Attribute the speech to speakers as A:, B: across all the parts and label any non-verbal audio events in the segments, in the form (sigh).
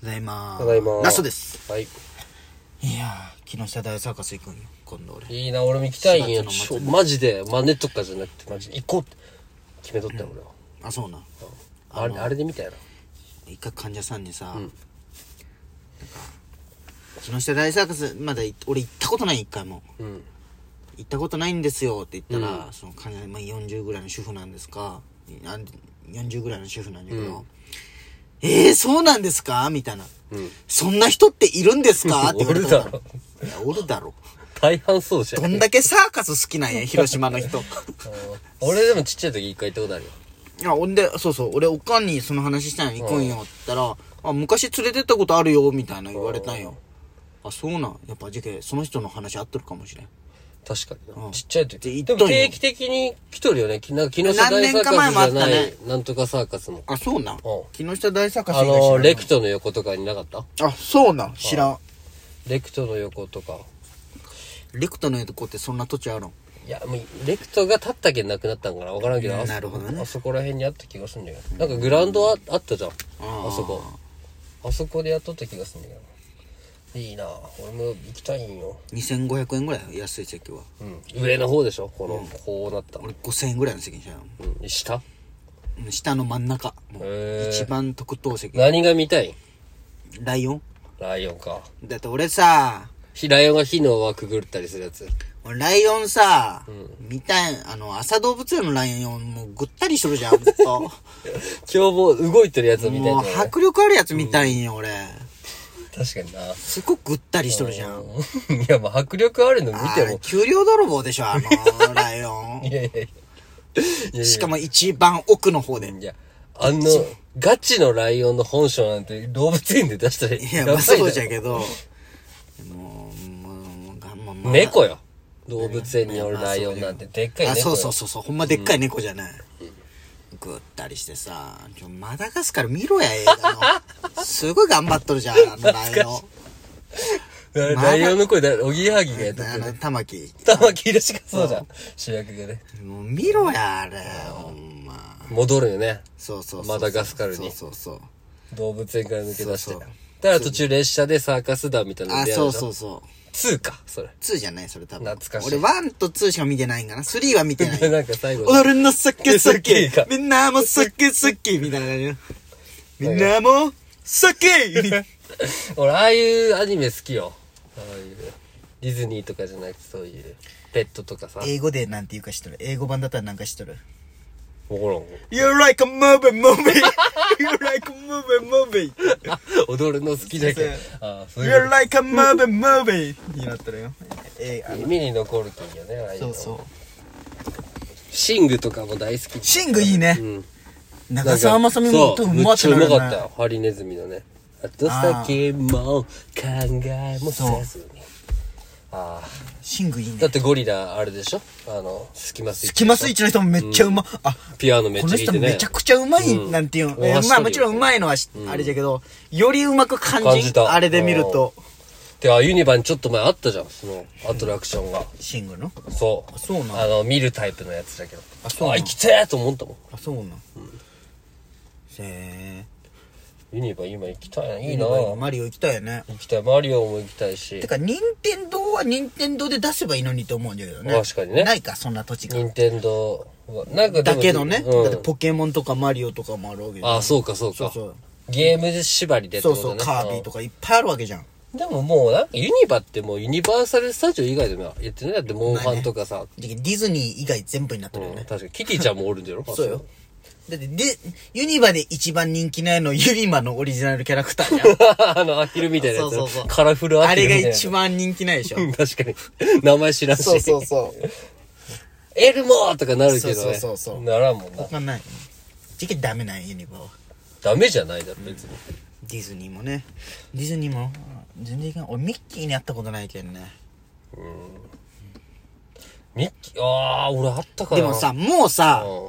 A: ただいま
B: ただいま
A: ラストです
B: はい
A: いやー木下大サーカス行くんよ今度俺
B: いいな俺も行きたいんや
A: 4月の
B: ち
A: 末
B: ょマジで真似とかじゃなくてマジで行こうって決めとったよ俺は
A: あそうな
B: あれあれで見たよな
A: 一回患者さんにさ、なんか木下大サーカスまだい俺行ったことない一回も
B: うん
A: 行ったことないんですよって言ったら、その患者、まあ、40ぐらいの主婦なんですかあ40ぐらいの主婦なんだけど、えー、そうなんですかみたいな、そんな人っているんですかって言われたの
B: おる
A: いや (laughs) おるだろ
B: 大半そうじゃん
A: どんだけサーカス好きなんや広島の (laughs) 人
B: 俺でもちっちゃい時一回行ったことあるよ
A: いや、ほんで、そうそう、俺、おかんにその話したのに行くんよって言ったら、あ、昔連れてったことあるよ、みたいな言われたんよ。あ、そうなん。やっぱ、じけ、その人の話合ってるかもしれん。
B: 確かにな、
A: うん
B: ちっちゃい時
A: で
B: で
A: 行っ
B: も
A: とんよ
B: 定期的に来とるよねきなんか木下大サー
A: 何年か前も
B: カ
A: あ
B: ス
A: っ
B: じゃ
A: た
B: ない、
A: ね
B: なんとかサーカスも
A: あ、そうなん。木下大サーカス
B: あ
A: 以外知ら
B: の
A: ん
B: レクトの横とかになかった
A: あ、そうなん。知らん。
B: レクトの横とか
A: レクトのとこってそんな土地あるん
B: いやもうレクトが立ったけなくなったんかな分からんけどあそ
A: なるほどね
B: あそこら辺にあった気がするんだけどなんかグラウンドああったじゃんあそこあそこでやっとった気がするんだけどいいな俺も行きたいんよ
A: ?2500 円ぐらい安い席は。
B: うん上の方でしょこの、こうなった、
A: 俺、5000円ぐらいの席にしたよ。
B: うん、下
A: うん下の真ん中。も
B: へ
A: う
B: ー
A: 一番特等席。
B: 何が見たい
A: ライオン
B: ライオンか
A: だって俺さ、
B: 火ライオンが火の輪くぐったりするやつ
A: 俺ライオンさ、見たい、あの、朝動物園のライオンもうぐったりしとるじゃん、ずっと。
B: 凶暴動いてるやつみたいな
A: もう迫力あるやつ見たいんよ、俺。
B: 確かにな
A: すっごくぐったりしとるじゃん。
B: うん (laughs) いやまあ迫力あるの見
A: あ
B: て
A: れ
B: も
A: 給料泥棒でしょ、あの、ライオ
B: いやいやいや
A: ン。しかも一番奥の方で。
B: いやあのガチのライオンの本性なんて動物園で出したら
A: いや、ま
B: ばい
A: あ
B: だ
A: そう
B: ろ
A: じゃけど、もう、もう、もうがまあまあ
B: 猫よ動物園によるライオンなんてでっかい
A: あ、
B: 猫よ
A: そうそうそうそう、ほんまでっかい猫じゃない。ぐったりしてさ、ちょマダガスカル見ろや、映画
B: (laughs)
A: の。すごい頑張っとるじゃん、あのライオン。
B: ラライオンの声だおぎやはぎがやって
A: あの、玉木。
B: 玉木宏がそうじゃん主役がね
A: もう見ろや、あれ、ほんま。
B: 戻るよね
A: そうそうそう。
B: マダガスカルに
A: そうそうそう。
B: 動物園から抜け出し
A: そ
B: て
A: うそう
B: だから途中列車でサーカス団みたいなの
A: あ、
B: 出会
A: そう
B: でし
A: そ
B: ょ
A: うそう。
B: 2かそれ
A: 2じゃないそれ多分。
B: 懐かし
A: 俺
B: い
A: 1と2しか見てないんかな。3は見てな
B: (laughs)
A: い。
B: なんか最後
A: 俺の酒好き
B: 酒か
A: みんなも酒好きみたいな感じのみんなも酒みた
B: (laughs)
A: いな
B: 俺ああいうアニメ好きよああいうディズニーとかじゃなくてそういうペットとかさ
A: 英語でなんて言うか知っとる英語版だったらなんか知っとる
B: おこらん
A: You're like a movie movie (laughs) You're like a movie movie
B: (laughs) 踊るの好きじゃけんああそうい
A: You're
B: う
A: like a movie movie になっとるよえーあの
B: 耳に残るといいよねああいう
A: そ
B: の
A: うそう
B: シングとかも大好き
A: シングいいね
B: うん
A: 長澤まさみ
B: そ
A: も
B: う
A: と
B: む
A: ま
B: っ
A: っ
B: ち
A: て
B: ゃ
A: な
B: うま
A: る
B: かった
A: ね
B: よハリネズミのね後先も考えもせずにああ
A: シングいいね
B: だってゴリラあれでしょあのスキマスイッチ
A: スキマスイッチの人もめっちゃうまあ
B: ピアノめっ
A: こ
B: ち
A: の
B: ゃ弾い
A: 人
B: てね
A: めちゃくちゃうまい
B: うん
A: なんていうの、
B: 大橋
A: まあ
B: トリオ
A: もちろんうまいのはし、あれじゃけどよりうまく感じ
B: 感じた
A: あれで見ると
B: であユニバにちょっと前あったじゃんそのアトラクションが
A: シングの
B: そう
A: あそうなん
B: あの見るタイプのやつだけど
A: あそうな
B: あ
A: ん
B: 生きてえと思ったもん
A: あそうなん、せー
B: ユニバ今行きたいないいな
A: 今
B: 行
A: マリオ行きたいよね
B: きたいマリオも行きたいして
A: か任天堂は任天堂で出せばいいのにと思うんだけどね
B: 確かにね
A: ないかそんな土地が
B: 任天堂はなんかで
A: だ
B: も
A: けどね、
B: うん
A: だってポケモンとかマリオとかもあるわけじゃん
B: あそうかそうか
A: そうそう
B: ゲーム縛りでって
A: そ
B: こ
A: うそ
B: と
A: う
B: ね
A: カービィと
B: か
A: かいっぱいあるわけじゃん
B: でももうなんかユニバってもうユニバーサル・スタジオ以外でもやってないだってモンハンとかさ、
A: じゃけディズニー以外全部になってるよね、
B: うん確かにキティちゃんもおるんだよ
A: そうよ。だって、で、ユニバで一番人気ないの、ユニバのオリジナルキャラクターじゃん。
B: (laughs) あのアヒルみたいなやつ
A: そうそうそう
B: カラフルア
A: あ
B: ヒル
A: れ
B: みたいな
A: が
B: やつ
A: 一番人気ないでしょ。
B: うん確かに。名前知らんし。
A: そうそうそう。
B: エルモーとかなるけど
A: そう
B: ね。
A: そうそうそう
B: ならんもんな。
A: 他ない。じゃけダメなんよユニバは。
B: ダメじゃないだろ、別に。
A: ディズニーもね。ディズニーも、全然いかん。俺、ミッキーに会ったことないけんね。
B: ミッキー、ああ、俺あったかな。
A: でもさ、もうさ
B: うん、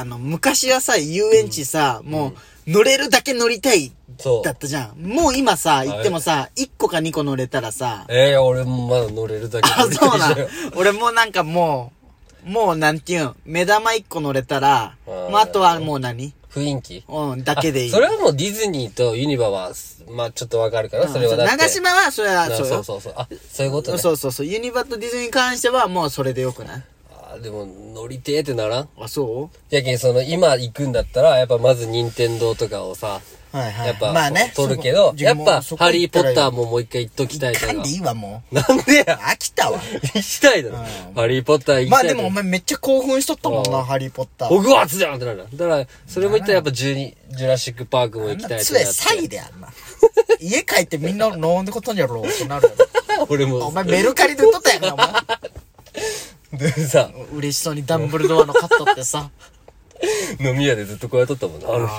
A: あの、昔はさ、遊園地さ、もう、乗れるだけ乗りたい、
B: そう
A: だったじゃん。もう今さ、行ってもさ、1個か2個乗れたらさ、
B: ええ俺もまだ乗れるだけ
A: あ、そうなん
B: 乗れる。
A: 俺もうなんかもう、もうなんていうん、目玉一個乗れたら、
B: あー
A: まあ、あとはもう何
B: 雰囲気。
A: うん、だけでいい。
B: それはもうディズニーとユニバは、まあちょっとわかるから、それはだって。
A: 長島は、それは、
B: な
A: そ
B: そうう
A: よ。
B: そうそう。あ、そういうことね。
A: そうそうそう。ユニバとディズニーに関しては、もうそれでよくない
B: あーでも、乗りてえってならん
A: あ、そ
B: やけん、その、今行くんだったら、やっぱまず任天堂とかをさ、
A: うはいはい。
B: やっぱ、
A: まあね。
B: 取るけど、やっぱ、ハリーポッター
A: も。
B: ももう一回行っときたい
A: 行
B: と
A: か
B: か。
A: んでいいわ、も
B: なんで
A: う。
B: や
A: 飽きた
B: (laughs)
A: わ。
B: 行きたいだろ。ハリーポッター行きたい
A: まあで
B: とか
A: もお前めっちゃ興奮しとったもん
B: う
A: な、
B: ん
A: ハリーポッタ
B: ホ
A: ー。
B: グワーツじゃんってなる。だから、それも言ったらやっぱジュニ、ジュラシックパークも行きたいって
A: そ
B: なっ
A: れ、
B: て。
A: 詐欺であんな。家帰ってみんな飲んでことんやろうってなるやろ。
B: (laughs) 俺も。
A: お前メルカリで売っとったやんな、お前。
B: でさ、
A: 嬉しそうにダンブルドアのカットってさ。
B: 飲み屋でずっとこうやっとったもんな。あの日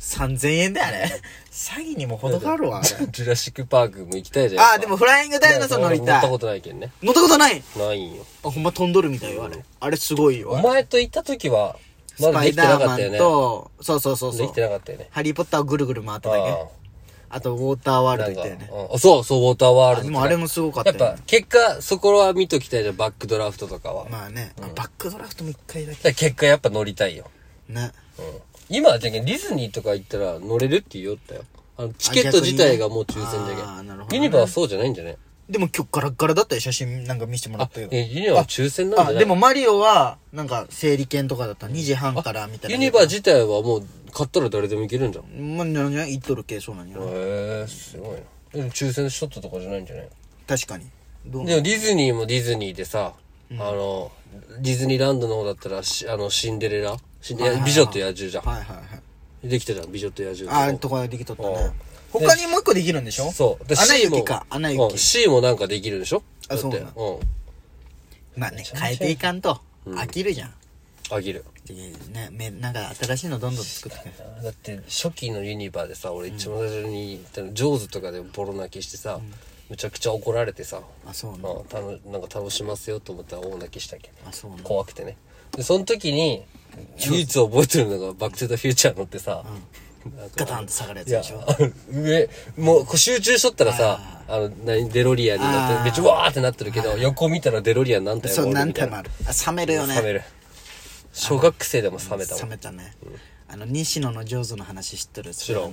A: 3000円だよね。詐欺にも程があるわ。
B: ジュラシックパークも行きたいじゃん。
A: ああ、でもフライングダイナソー乗り
B: 乗
A: た
B: っ
A: い
B: た。ことないけんね。
A: 乗ったことない
B: ないんよ。
A: あ、ほんま飛んどるみたいよ、あれ。あれすごいよ。
B: お
A: あれ
B: 前と行った時は、ま
A: ス
B: だ
A: パ
B: で
A: イ
B: きてな
A: ダー
B: かっ
A: マ
B: たよ
A: ン
B: ね。
A: と、そうそうそうそ
B: で
A: う
B: き。てなかったよね。
A: ハリーポッターをぐるぐる回っただけ。あと、ウォーターワールド行ったよね。
B: ああそうそう、ウォーターワー
A: あ
B: ルド
A: で
B: と
A: も
B: か。
A: あれもすごかった
B: や
A: よ
B: っ
A: ね
B: ぱ、結果、そこは見ときたいじゃん、バックドラフトとかは。だか
A: まあね、あバックドラフトも一回だけ。
B: ら結果やっぱ乗りたいよ。
A: ね。
B: うん今はじゃけんディズニーとか行ったら乗れるって言おったよ。あの、チケット自体がもう抽選じ
A: あ
B: ゃ
A: ーなるほど
B: けん。
A: ね
B: ユニバはそうじゃないんじゃね
A: でも今日ガラッガラだったよ、写真なんか見せてもら
B: あ
A: っ、たけど
B: え。ユニバは抽選なんじゃ
A: あ、
B: ない
A: でもマリオは、なんか整理券とかだった。2時半からみたい
B: ユ
A: な。
B: ニバ自体はもう買ったら誰でも行けるんじゃん。へ
A: まあ、なんや、言っとる系そうなんや。
B: えすごいな。でも抽選しとったとかじゃないんじゃない
A: 確かに。どう
B: でもディズニーもディズニーでさ、あの、ディズニーランドの方だったらし、あの、シンデレラシンデレラ、美女と野獣じゃ
A: はいはいはい。
B: ん。できたじゃん、美女と野獣
A: ああ、
B: とか。
A: とこできとった
B: うん
A: ね。他にもう一個できるんでしょ
B: そう。で
A: アナ
B: C
A: 雪
B: も
A: か。アナ
B: うん
A: 雪。
B: C もなんかできるでしょ
A: あそうなん
B: だってうん。
A: まあね、変えていかんと、飽きるじゃん。
B: あげる。
A: でね、め、なんか新しいのどんどん作ってくる。
B: だって初期のユニバーでさ俺一番最初に行ったの、ジョーズとかでボロ泣きしてさ、むちゃくちゃ怒られてさ、
A: あ、そうな
B: ま
A: の。
B: あ、たのなんか楽しませようと思ったら大泣きしたけど
A: あ、そうなの。
B: 怖くてねでその時に唯一覚えてるのが「バック・トゥ・ザ・フューチャー」乗ってさ、なんか
A: ガタンと下がるやつ
B: いや
A: でしょ。
B: あの (laughs) 上もうこう集中しとったらさあの何デロリアンに乗っ
A: あー
B: てめっちゃわーってなってるけど横見たらデロリアン何体も
A: そう、
B: おる
A: 何
B: みた
A: 体
B: い
A: も
B: な
A: ある。あ、冷めるよね。
B: 冷める小学生でも冷めたも
A: 冷
B: ん
A: めたね。あの、西野の上手の話知っとる知
B: らん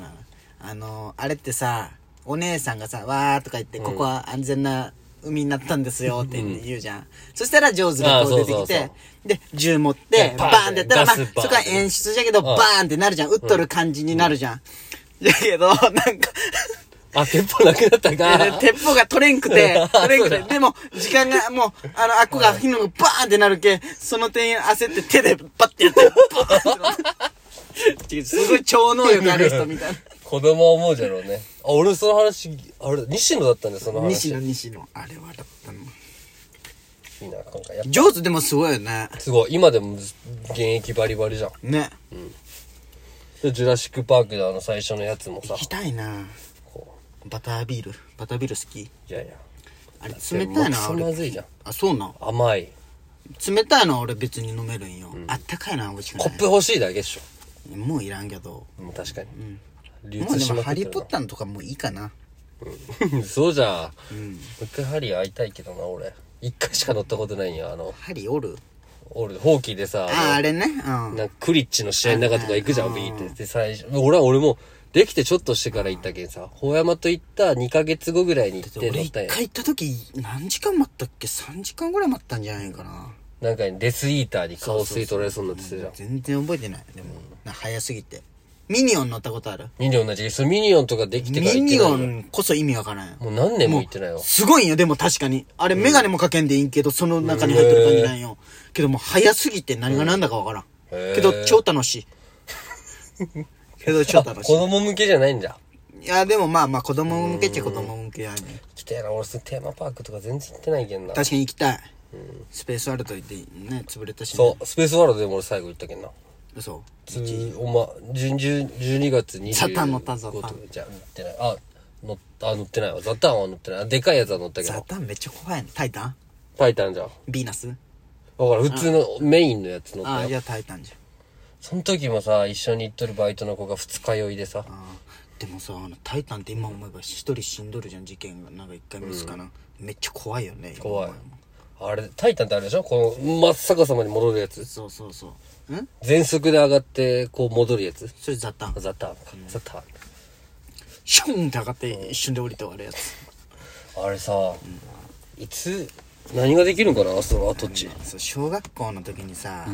A: あの、あれってさ、お姉さんがさ、わーとか言って、ここは安全な海になったんですよって言って言うじゃん。そしたら上手がこう出てき
B: あーそうそう
A: て、で、銃持って、
B: で
A: バ
B: バ
A: ーン
B: ー
A: っ
B: ン
A: てやったら、まあ、
B: ガ
A: そ
B: スバーン
A: こは演出じゃけど、バーンってなるじゃん。撃っとる感じになるじゃん。だけど、なんか、
B: あ鉄砲なくなったか
A: 鉄砲が取れんくて
B: あ、
A: 取れんくて、
B: (laughs) そうだ
A: でも、時間が、もう、あの、あっこが、火のがバーンってなるけん、その点焦って手でバッてやって、
B: (laughs)
A: バーンってなるすごい超能力ある人み
B: (laughs)
A: たい
B: 子供は思うじゃろうね。あ、俺その話、あれ、西野だったんだよ、その
A: な。
B: 話。
A: 西野西野。あれはだったの。
B: いいな、今回。やっ
A: 上手でもすごいよね。
B: ぱすごい、今でもず現役バリバリじゃん。
A: ね。
B: で、ジュラシック・パークであの最初のやつもさ
A: 行、きたいな
B: こ
A: バタービール。バタービール好き
B: う、いやいや。
A: あれ、冷たいな、
B: そま
A: 俺。
B: ずいじゃん。
A: あ、そうなん。
B: 甘い。
A: 冷たいのは俺別に飲めるんよ。あったかいのは美味しくな
B: コップ欲しいだけっし
A: い。もういらんけど。
B: ょ。もう確かに。流
A: もう
B: 通
A: で
B: し
A: も、
B: まく
A: ハ
B: って
A: リー
B: る
A: ポッターのとかもういいかな。
B: な。そうじゃん。もう一回ハリー会いたいけどな、俺。一回しか乗ったことないんよ、あの、
A: ハリーおる
B: 俺、ほうきでさ、
A: ああ、あれね。うん。
B: なんかクリッチの試合の中とか行くじゃん、ビーって。で、最初、俺は俺も、できてちょっとしてから行ったけんさ、法山と行った2ヶ月後ぐらいに行って
A: 俺
B: 乗っ
A: 一
B: たん
A: 回
B: や。
A: 行った時、何時間待ったっけ ?3 時間ぐらい待ったんじゃないかな。
B: なんかデスイーターに顔吸い取られそうになってたじゃん。
A: 全然覚えてない。でも、な早すぎて。ミニオン乗ったことある
B: ミニオン同じ。そのミニオンとかできてから
A: ミ
B: 行って
A: ニ
B: な
A: オ
B: いよ。
A: ンこそ意味わからんよ。
B: もう何年も行ってないよ。
A: すごいんよ、でも確かに。あれ、メガネもかけんでいいんけど、その中に入ってる感じなんよ。けどもう早すぎて何が何だかわからん。
B: へー
A: けど、超楽
B: (laughs)
A: しい。けど、超楽し
B: 子供向けじゃないんじゃ。
A: い。いや、でもまあまあ、子供向けっちゃ子供向けやね。
B: 来てえな、俺そのテーマパークとか全然行ってないけんな。
A: 確かに行きたい。スペースワールド行ってね、潰れたしね。
B: そう、スペースワールドでも俺最後行ったけんな。
A: 嘘。
B: つおま、じゅんじゅん12月25
A: ザタン乗ったザタン
B: じゃあ乗ってない。あ、乗った、あ乗ってないわ。ザタンは乗ってない。あでかいやつは乗ったけ
A: ザ
B: ど。
A: タンめっちゃ怖いの。タイタン
B: パイタンじゃん。
A: ビーナス
B: だから普通のメインのやつ乗っ
A: あ
B: た
A: あ、じ
B: よ。
A: ゃあタイタンじゃん。
B: その時もさ、一緒に行っとるバイトの子が二日酔いでさ、
A: あーでもさ、あのタイタンって今思えば一人死んどるじゃん、事件が。なんか一回ミスかな。めっちゃ怖いよね。
B: 怖い
A: 今思えば。
B: あれ、タイタンってあれでしょこの、真っ逆さまに戻るやつ。
A: そうそうそうん
B: 全速で上がって、こう戻るやつ。
A: それザタン
B: ザターンか。ザターン。
A: シュンって上がって一瞬で降りて終わるやつ
B: あれさ、いつ、何ができるんかなその跡地。
A: そう小学校の時にさ、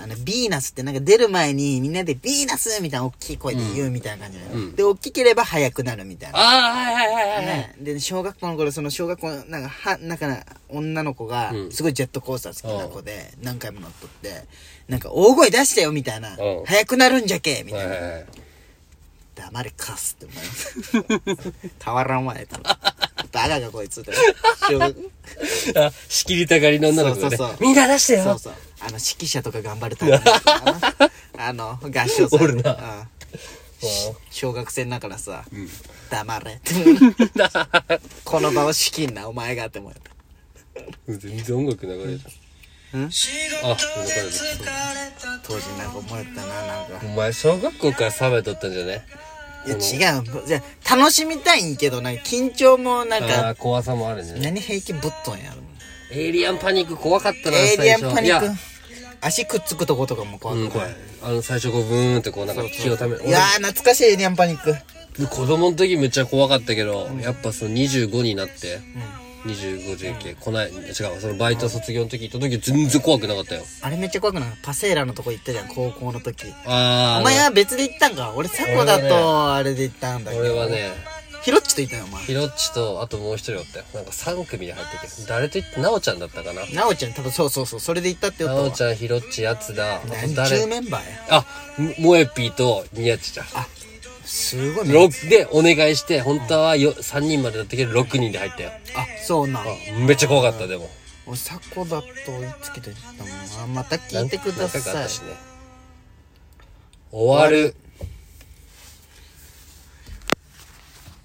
A: あの、ビーナスってなんか出る前にみんなでビーナスみたいな大きい声で言うみたいな感じなの、で、大きければ速くなるみたいな。
B: ああ、はいはいはいはい。
A: ね、で、小学校の頃、その小学校、なんか、は、なんか、女の子が、すごいジェットコースター好きな子で、何回も乗っとって、なんか、大声出してよみたいな
B: うん、
A: 速くなるんじゃけみたいな。
B: はいはいはい。
A: 黙れかすって思います (laughs) たわらんわえたらバカがこいつって小学
B: あ、仕切りたがりの女の子がね
A: そうそうそう
B: みんな出して
A: (laughs)
B: よ
A: そうそうあの指揮者とか頑張るタイプの
B: (laughs)
A: やつかなあの合唱さ
B: おる
A: う
B: な
A: ん小学生だからさ、黙れ (laughs) この場を仕切んなお前がって思えた
B: うん全然音楽流れた。
A: うん
B: あ、流れた。
A: 当時なんか思えたななんか
B: お前、小学校から冷めとったんじゃね
A: いや違うじゃあ楽しみたいんけどなんか緊張もなん
B: あ
A: か
B: あー、怖さもあるんじゃね
A: 何平気ぶっとんやろ
B: エイリアンパニック怖かったな、
A: エイ
B: 最初。
A: リアンパニ
B: いや
A: ック足くっつくとことかも怖く
B: う
A: ない、
B: ん、怖い。あの、最初こう、ブーンってこう、なんか気をため、
A: いやー懐かしいエイリアンパニック
B: 俺子供の時めっちゃ怖かったけど、やっぱその25になって、25JK、こない、違う、そのバイト卒業の時行った時全然怖くなかったよ。
A: あれめっちゃ怖くないパセーラのとこ行ったじゃん高校の時
B: あー、
A: お前は別で行ったんか俺サコだとあれで行ったんだけ
B: 俺
A: ど
B: はね、
A: ヒロッチと行ったよお前
B: ひろっちと、あともう一人おったよ。なんか3組で入ってきて、誰と言って、なおちゃんだったかな。
A: なおちゃん多分そうそうそうそれで行ったって言
B: な
A: っ
B: お
A: た
B: ち
A: わ
B: ゃん、ひろっち、やつだ。あと
A: 何中
B: 誰
A: メンバーや
B: あ、もえぴーと、みやちちゃん。
A: すごいね
B: 6でお願いして、本当はよ3人までだったけど、6人で入ったよ。
A: あそうなん
B: めっちゃ怖かった、でも。
A: 俺サコだといつけて行ったもんなまた聞いてくだ
B: 何回かあっ
A: さい
B: たしね終わる。